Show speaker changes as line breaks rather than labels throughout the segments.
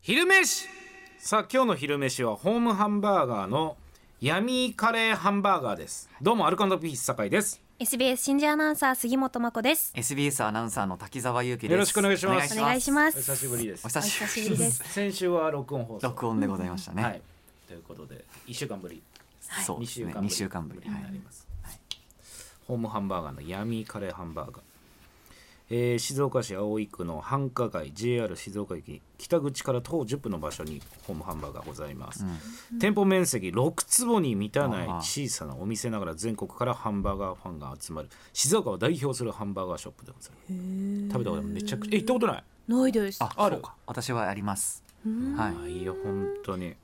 昼飯
さあ今日の昼飯はホームハンバーガーの闇カレーハンバーガーですどうもアルカンドピース酒井です
SBS 新人アナウンサー杉本真子です
SBS アナウンサーの滝沢裕樹です
よろしくお願いします
お願いします
お久しぶりで
お
す
久しぶり
ぶりです
先週は録音放送
録音でございましたね、
はいということで一週間ぶり
そう
二
です
週
ね
間ぶり
二週間ぶり
になります、ホームハンバーガーの闇カレーハンバーガー、えー静岡市葵区の繁華街 JR 静岡駅北口から徒歩10分の場所にホームハンバーガーございます、店舗面積6坪に満たない
ああ
小さなお店ながら全国からハンバーガーファンが集まる静岡を代表するハンバーガーショップでございます食べたことめちゃくちゃえ行ったことない
ないです
あ
ある
そうか私はありますはい
あいいよ本当に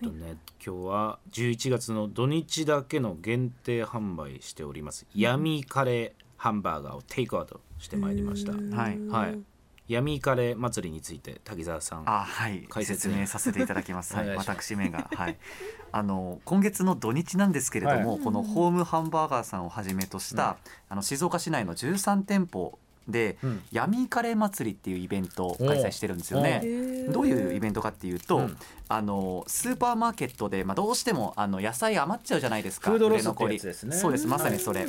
えっとね今日は11月の土日だけの限定販売しております闇カレーハンバーガーをテイクアウトしてまいりました
はい
はい闇カレー祭りについて滝沢さん
あはい
解説
説明させていただ きますは
お
い
願いしま
私めがはいあの今月の土日なんですけれども、このホームハンバーガーさんをはじめとした、あの静岡市内の13店舗で、
うん
闇カレー祭りっていうイベントを開催してるんですよね
おう
どういうイベントかっていうと、
うん
あのスーパーマーケットで、まあ、どうしてもあの野菜余っちゃうじゃないですか
フードロス
売れ残り
ってやつですね
そうですまさにそれ、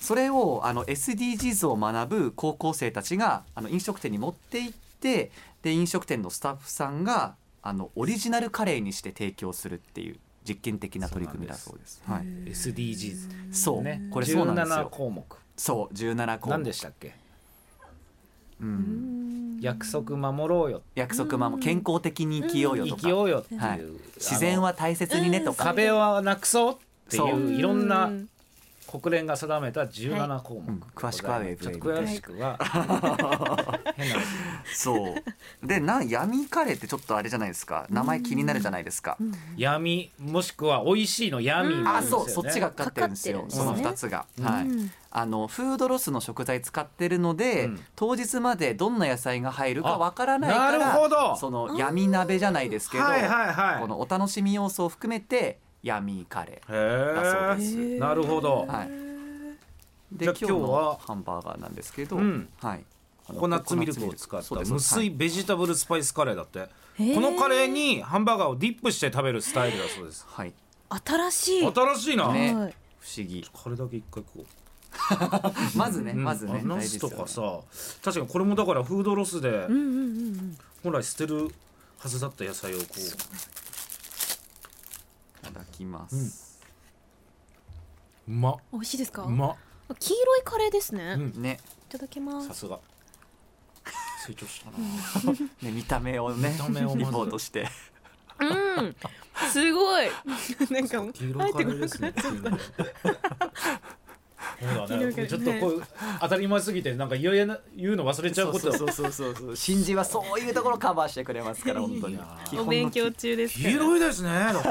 それをあの SDGs を学ぶ高校生たちがあの飲食店に持って行ってで飲食店のスタッフさんがあのオリジナルカレーにして提供するっていう実験的な取り組みだそうです。はい、
SDGs
そう、
ね
これそうなんです
17
よ。
項目
そう17項
何でしたっけ
うん、
約束守ろうよ
約束まも健康的に生きようよ
生
と
きよ
か
うよっていう、
はい
あの
自然は大切にねとか
壁はなくそうってい
そう
ういろんな国連が定めた17項目、
うん詳しくはウェブ
ちょっと詳しくは変な
そうでな闇カレーってちょっとあれじゃないですか名前気になるじゃないですか、
闇もしくは美味しいの闇もる
あ
んですよ
そ
ね
うそっちがかかってるんですよ
かかって
そ
るん
の
ですね
2つが、
うん
はい
うん
あのフードロスの食材使ってるので、
うん
当日までどんな野菜が入るかわからない
あ
か
なるほ
ら
ど
その闇鍋じゃないですけど、
はいはいはい
このお楽しみ要素を含めて闇カレ
へ
ーだそうで
ー
す、
なるほど、
はい、で
じゃ
今
あ
日
今日は
のハンバーガーなんですけど、
うん
はいあ
コ
の
コナッツミルクを使っ
そう
た
です
無水ベジタブルスパイスカレーだって、このカレーにハンバーガーをディップして食べるスタイルだそうです
はい、
新しい
新しいな、
ね
はい
不思議
これだけ一回こう、
まずね
うん
まずね
あナ
大
ス
事です
と
よね
かさ、確かにこれもだからフードロスで
うんうんうんうん
本来捨てるはずだった野菜をこ
いただきます、
ううまっ
美味しいですか
うまっ
黄色いカレーですね
うん
い
ね
ただきま
さ
す
すが成長したな
ね見た目をね
見た目をまず
リポートして
うんすごいなんかもう
黄
入
色い
っ
カレ
てこ
ーで
なく
す
な
ね
っちゃ
そ
っ
うだ
黄色いカレ
ね
ー
ちょっとこう当たり前すぎてなんか言えな言うの忘れちゃうこと
そうそうそうそうそう新人はそういうところカバーしてくれますから本当に基
たお
本の
勉強中です
黄
から
色いですねだっ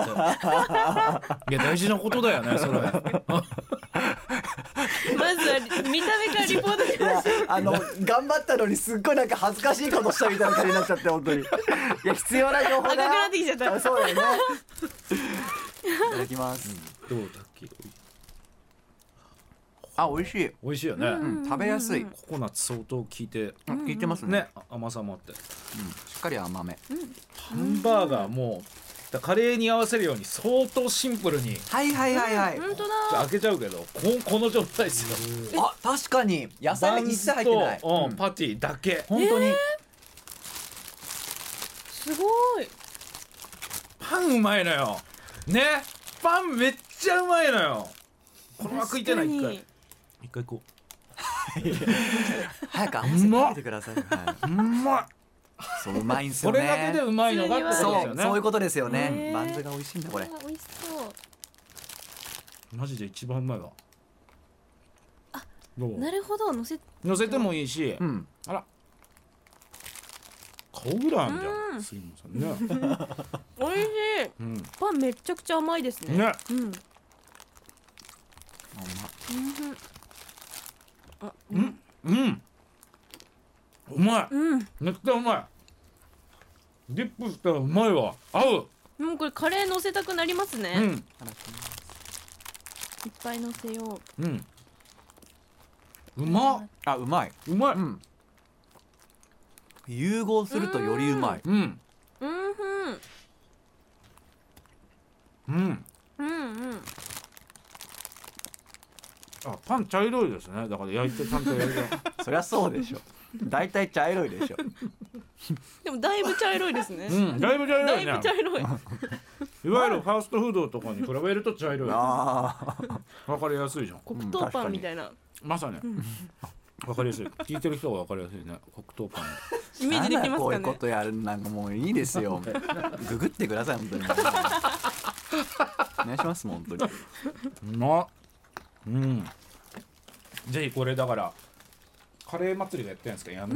ていや大事なことだよねそれ
まずは見た目からリポートし
い
ま
や
す
あの頑張ったのにすっごいなんか恥ずかしいことしたみたいな感じになっちゃって本 当にいや必要な情報だ
赤くなってきちゃった
あそうだよねいただきます、
どうだっけ
あ美味しい、
美味しいよね、
うん、食べやすい、
ココナッツ相当効いて
うん効いてますね
ねあ甘さもあって
しっかり甘め
ハンバーガーもだカレーに合わせるように相当シンプルに
はいはいはいはい、
本当だ
開けちゃうけどここの状態ですよ
あ確かに野
バ
菜が
ン
一切
ズ
入ってない、
と、う
うん
ん、パティだけ
本当に、
すごい
パンうまいのよねパンめっちゃうまいのよこれは食いてない一
確か
回
に
一回こ
早く合わ
うまっ
せてください、は
ううまい
い、 そううまいんです
こ
よね
れだけでうまいのがってことです
そ
よ
う
ね
そういうことですよ
ね
ねバンズが美味しいんだこれ
あ美味しそう
マジで一番うまいわどう
なるほど乗せ
乗せてもいいし、
うん
あら顔ぐらいあんじゃ
うん
ん杉本さんね、
美味しい
うん、
パンめちゃくちゃ甘いですね
ね
うんうん
あ
う
あ
うま
んうんうまい
うん
めっちゃうまいディップしたらうまいわ合う
もうこれカレー乗せたくなりますね、
う
いっ
ん
ぱい乗せよ
うんうまっ
あうまいう
まい
うん融合するとよりうまい、
うんうん
うんうん。
あパン茶色いですねだから焼いてちゃんと 焼いて
そりゃそうでしょ大体茶色いでしょ
でもだいぶ茶色いですね。
うんだいぶ茶色
だ
い
い
ね
ぶ茶色い。
いわゆるファーストフードとかに比べると茶色いわ
ああ
かりやすいじゃん
黒糖パンみたいな
まさにわかりやすい聞いてる人がわかりやすいね黒糖パン
イメージできます
こうい
か
うこ
ね。
とやるなんかもういいですよググってください本当にお願いします本当に
うまっうんぜひこれだからカレー祭りがやってるんですか闇、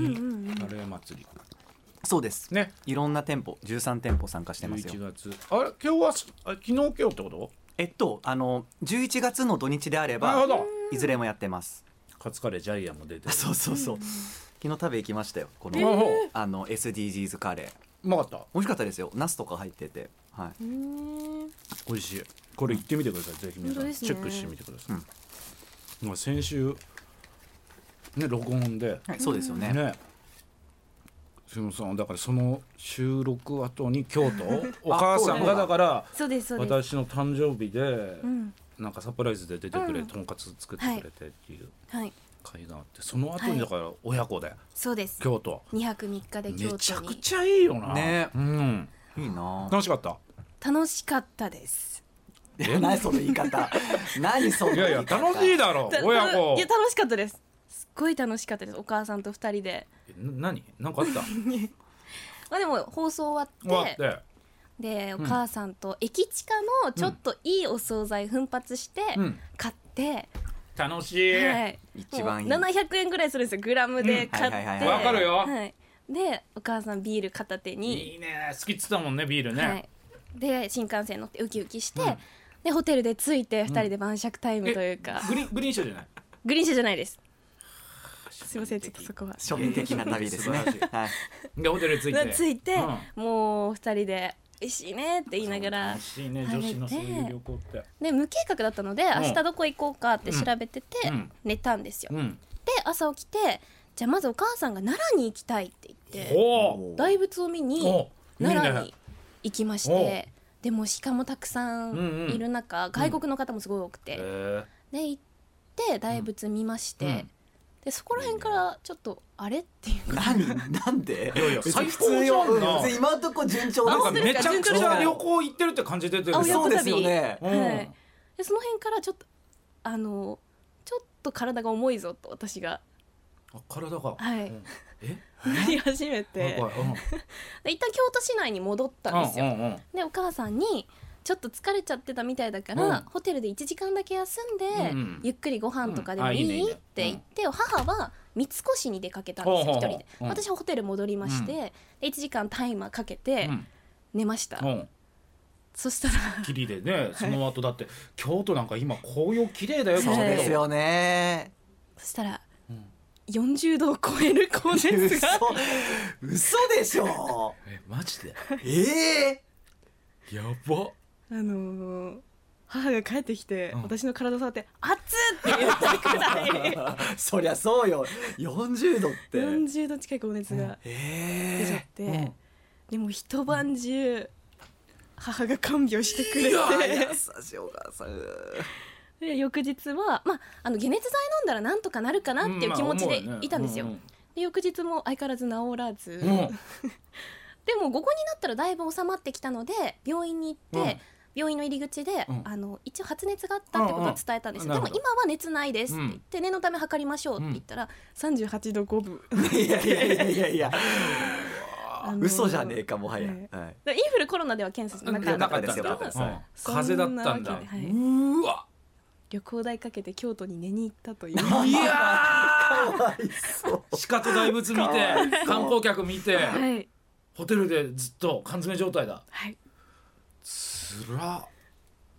カレー祭り
そうです
ね
いろんな店舗13店舗参加してますよ
11月あれ今日はすあ昨日今日ってこと
えっとあの11月の土日であれ
なるほ
ば
ど
いずれもやってます
カツカレージャイアンも出てる
そうそうそう昨日食べ行きましたよこ
あ
の
ほう
あの SDGs カレー
うまかった
美味しかったですよナスとか入っててはい
うん
美味しいこれ行ってみてくださいぜひ皆さ
本
ん
当です
チ
ね
ェックしてみてください、まあ先週ね録音で
そうですよね
ね杉本さんだからその収録後に京 都お母さんがだから
そうですそうです。
私の誕生日で
うん
なんかサプライズで出てくれ
うん
とんかつ作ってくれてっていう
はい
会があってその後にだから親子で
そうです。
京都
二泊三日で
め
京都に。
ちゃくちゃいいよな
ね
うん
いいなぁ
楽しかった
楽しかったです。
え
何その 言い 方何その
いやいや
言方
楽しいだ ろ
た
親
た
子
いや楽しかったです。すっごい楽しかったです。お母さんと二人で。
えな何なんかあった
まあでも放送終
終
わ
わ
っ。
ってて
でお
ん
母さんと駅近のちょっといいお惣菜奮発して
うん
買って、
楽しい
はい、
一番いい
もう700円ぐらいするんですよグラムで買って、
うんはいはいはい
はいわかるよ
はい、でお母さんビール片手に
いいね好きっつったもんねビール
は
ね
い、で新幹線乗ってウキウキして、
うん
でホテルで着いて2人で晩酌タイムというか、
グリグリーン車じゃない
グリーン車じゃないですすいませんちょっとそこは
庶民的な旅ですね
素晴らし
はい
でホテル着いて
着いて、
う
もう2人で「美味しいね」って言いながら
楽しいね
晴
女
れて
子のそういう旅行って
で無計画だったので
ん
明日どこ行こうかって調べてて、
うん
寝たんですよ、
うん
で朝起きてじゃあまずお母さんが奈良に行きたいって言って
お
大仏を見に
お
奈良
いいね
に行きましてでもう鹿もたくさ
うん
ん
うん
いる中、外国の方もすごい多くて、
え
で行って大仏見まして、
うん
でそこら辺からちょっとあれっていうか
何なんで
いやいや
別に
最高
普通よ
じゃんな
うん別に今のとこ順
ー、
調
なんか
本当
め
で
ち
す
ゃ
か
くちゃ旅行行ってるって感じ出てる
あ
けど
親子
そう
旅
ですよね
うん
はいでその辺からちょっとあのちょっと体が重いぞと私が
あ体が
はい
うん え
なり始め
なん
て
かうん
で一旦京都市内に戻ったんですよ、
うんうんうん
でお母さんに「ちょっと疲れちゃってたみたいだから、
うん
ホテルで1時間だけ休んで、
うんうん
ゆっくりご飯とかでも
うんあ
い
いいねいい
い?」
ね
って言って、母は三越に出かけたんです
ほうほ
よ一
うほう
人で、
うん
私はホテル戻りまして、
うん
で1時間タイマーかけて寝ました、
うんうん
そした ら
きりでねその後だって京都なんか今紅葉綺麗だよ
そうです
よ
よね
そしたら
うん
40度を超える高
嘘
熱が
嘘でしょ
えマジで
え え
やば
あのー母が帰ってきて、
うん
私の体触って「熱っ!」って言ったくらい
そりゃそうよ40度って
40度近い高熱が出ちゃっ
え
て、でも一晩中母が看病してくれ
え
て
優しいお母さん
で翌日は、まあ、あの解熱剤飲んだらなんとかなるかなっていう気持ちでいたんですよ。で翌日も相変わらず治らず、
うんうん
でも午後になったらだいぶ収まってきたので病院に行って、
うん
病院の入り口で、
うん
あの一応発熱があったってことは伝えたんですよ、
うんうん
でも今は熱ないですって言って、念のため測りましょうって言ったら、38度5分
いやいやいやいやいや
あの
嘘じゃねえかもはや
ね
はい
でインフルコロナでは検査しな
うん
か
な
ったん
かったで
ですす
よ
けど
なかったです
うん風邪だったん
そんな
だ
わけではいう
ーわ
旅行代かけて京都に寝に行ったという
いや
かわいそう
ー鹿と大仏見て
かわいそう
観光客見て
はい
ホテルでずっと缶詰状態だ
はい
つらっ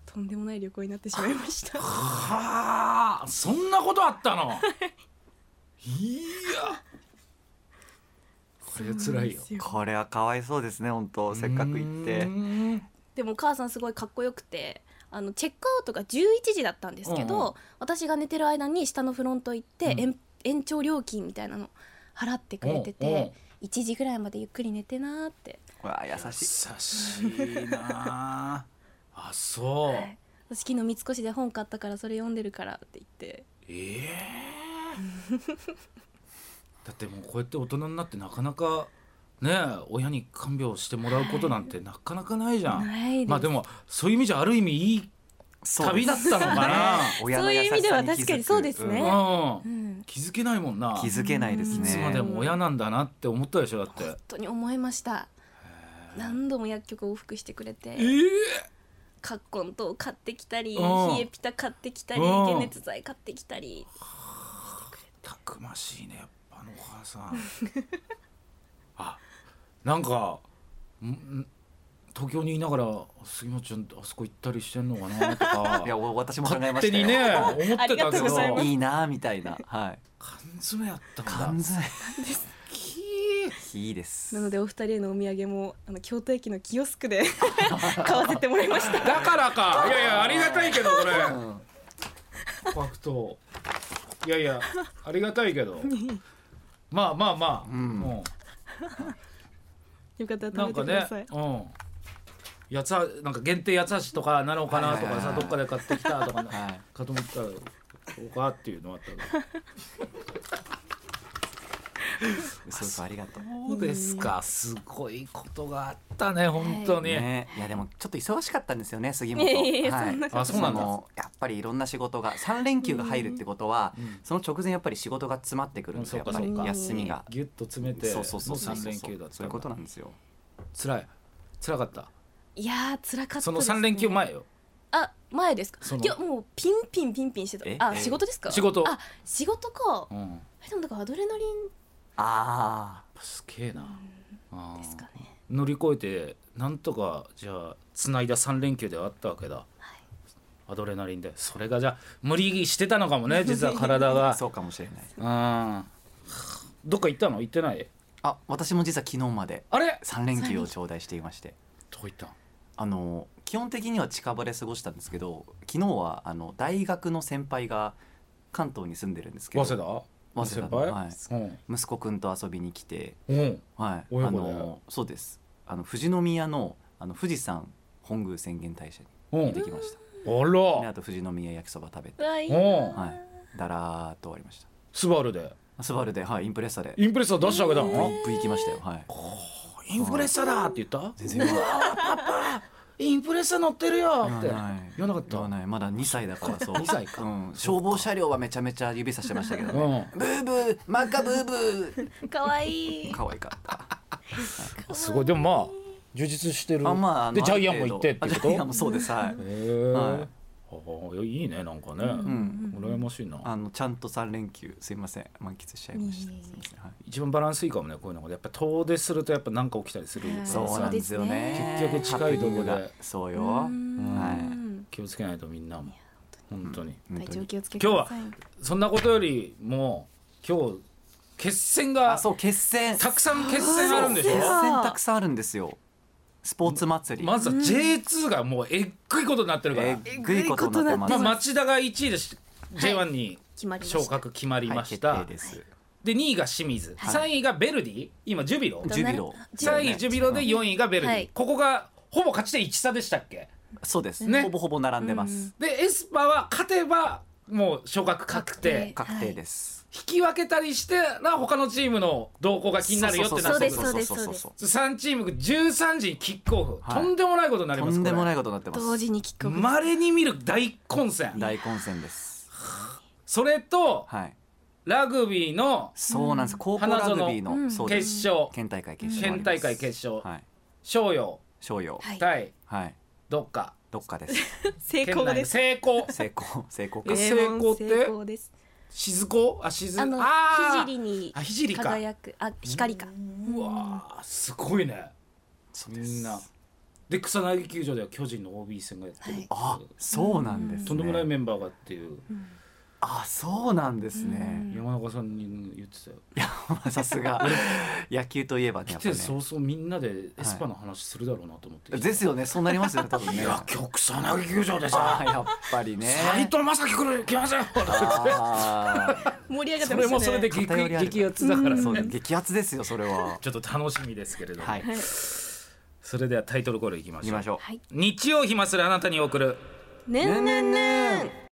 とんでもない旅行になってしまい ました
はあそんなことあったのいやこれつらいよ
そうなんです
これはかわいそうですね本当せっかく行っ
う
て
ーん
でもお母さんすごいかっこよくてあのチェックアウトが11時だったんですけど、
うんうん
私が寝てる間に下のフロント行って、
うん
延延長料金みたいなの払ってくれてて、
うんうん
1時ぐらいまでゆっくり寝てなーって
これは優
優
しい
しいなあ あそう、
はい私昨日三越で本買ったからそれ読んでるからって言って
ええ だってもうこうやって大人になってなかなかね親に看病してもらうことなんてなかなかないじゃん、
ないです
まあでもそういう意味じゃある意味いい
そうで
旅
す
だったのかな
親の
そういう意味では
優し
確
さ
かに
気づく
そうです
う
ね
ん、
うん
気づけないもんな
気づけないです
い
ね
つまでも親なんだなって思ったでしょだって
本当に思いました何度も薬局往復してくれて
ええ
カッコン糖買ってきたり
うん
冷えピタ買ってきたり
うん
解熱剤買ってきたり
たくましいねやっぱあのお母さん あなんかんん東京にいながら杉本ちゃんあそこ行ったりしてんのかなとか
いやお私も考え
勝
まし
手に
たよ
ね思ってた
あ
け
りがとうござい
ど
ます
いいなみたいなはい
缶詰やった
缶
んだ
詰
き
いいです
なのでお二人へのお土産もあの京都駅のキオスクで 買わせてもらい ました
ーだからかいやいやありがたいけどこれ
うん
ファクトいやいやありがたいけどまあまあまあ、
うん
も
よかった
う
ら
な
食
ん
べ
か
てく
ね
ださい、
うん八つはなんか限定八つ橋とかなのかなとか
はいはい
さ
はい
どっかで買ってきたとかな
はい
かと思ったらそうかっていうのあったけど
そうそうありがとう
そうですかすごいことがあったね本当に、
ね、いやでもちょっと忙しかったんですよね杉
い
本。
やいやいやそんな
あそうなんだ
のやっぱりいろんな仕事が3連休が入るってことは、
うん
その直前やっぱり仕事が詰まってくるんですよ
う
や
ん
っ
そ
ぱ
うかそ
り
うか
休みが。
ギュッと詰めて
そうそうそうそう
3連休だった
そういうことなんですよ。
辛い辛かった
いやー辛かったです、ね、
その3連休前よ
あ前ですか
その
いやもうピンピンピンピンして
え
たあ
え
仕事ですか
仕事
あ仕事か
うん
えでもだからアドレナリン
あ
すげえなあー
ですかね
乗り越えてなんとかじゃあつないだ3連休ではあったわけだアドレナリンでそれがじゃあ無理してたのかもね実は体
あ、
が
そうかもしれな
う
い。
んどっか行ったの行ってない
あ、私も実は昨日まで
あれ
3連休を頂戴していまして、
どこ行ったん
あの基本的には近場で過ごしたんですけど、昨日はあの大学の先輩が関東に住んでるんですけ
早
ど、
稲田
早稲田の
田
息子くんと遊びに来て。
うんうん
はい、
親
あ
子で
のそうですあの富士宮のあの富士山本宮浅間大社に
う
行って
ん
きました、
あ
で
ら
あと富士宮焼きそば食べ
う
て、
わいい
お
な
はい、だらーっと終わりまし
スバルで
たスバルで、はい、インプレッサで
インプレッサー出したわけだ
ブイ
もん
ブイ行きましたよ、はい、
インプレッサーだって言った
全然言わ
インプレッサー乗ってるよって
言わない
言わなかっ
言わ
た
ないまだ2歳だから そう
2歳か
うん、消防車両はめちゃめちゃ指さしてましたけど、ね
うん
ブーブー真っ赤ブーブ
かわいい
ー可愛かった
すごいでもまあ充実してる
あまああの
でジャイアン
あ
も
る
行
程度
ってって
あジ
こと
ャイアンもそうですはい、
へえ、
はい
ああいいねなんかね、
ん
羨ましいな
あのちゃんと3連休すいません満喫しちゃいました
いえいえ
すいません、はい
一番バランスいいかもねこういうのがやっぱ遠出するとやっぱなんか起きたりする
はい
から
そうなんですよね。
そうですね結局近いところで
ハプニングがそうよ。
う
は
ん
気をつけないとみんなも本当に
い。
体調気をつけて
今日は
ください
そんなことよりも今日決戦
あ、
が
そう決戦。
たくさん決戦あるんでし
決
ょ
戦たくさんあるんですよ。スポーツ祭り。
まずは J2 がもうえっぐいことになってるから、
えーぐいことになってま
まあ、
す。
町田が1位でし J1 に
決まりました
昇格決まり
はい
まし
決
た、
定です。
で2位が清水、
はい
3位がベルディ今ジュビロ
ジュビロ。
ジ
3位ジュビロで4位がベルディ、
はい
ここがほぼ勝ち点1差でしたっけ
そうです。
ね
ほぼほぼ並んでます。
でエスパーは勝てばもう昇格確定
確定
確定です。
引き分けたりしてら他のチームの動向が気になるよってな
そ
っ
う
てく
です
る
そうですそうです
う
3チーム13時にキックオフ、
はい
とんでもないことになり
と
ます
んでもないいことになってます。
同時にキックオフ
まれに見る大混戦
大混戦です。
それと
はい。
ラグビーの
そうなんです。高校ラグビー
花園
のそうです
決勝
県大会決勝もあ
県
ります。
大会決勝
はい。
翔陽
商用
はい
対
はい。
どっか
どっかです。
成
県
功
内
で
の
す
成功
成功成功
え
か。
成功って
成功です
静子あ静
あの
あー
聖に
あ聖か
輝くあ光か
うわーすごいね
そうです
みんなで草薙球場では巨人の OB 戦がやってる、
あ、そうなんです、ね。
とんでもないメンバーがっていう
あそうなんですね、
山中さんに言ってたよ、
さすが野球といえばねやっ
来
ぱ
て
ね
早々みんなでエスパの話するだろうなと思って、
ですよねそうなりますよね多分ね
いや今日草薙球場で
あ
さ
やっぱりね
斎藤正樹来る来ますよ
あ
盛り上がっ
そ
てま
れ
したね
もそれで激
偏りある
激アツだから
ー
ね
そう激アツですよそれは
ちょっと楽しみですけれども、
はい
それではタイトルコールいきま
行き
しょう
ましょう
はい
日曜暇するあなたに送る
ねんねんねん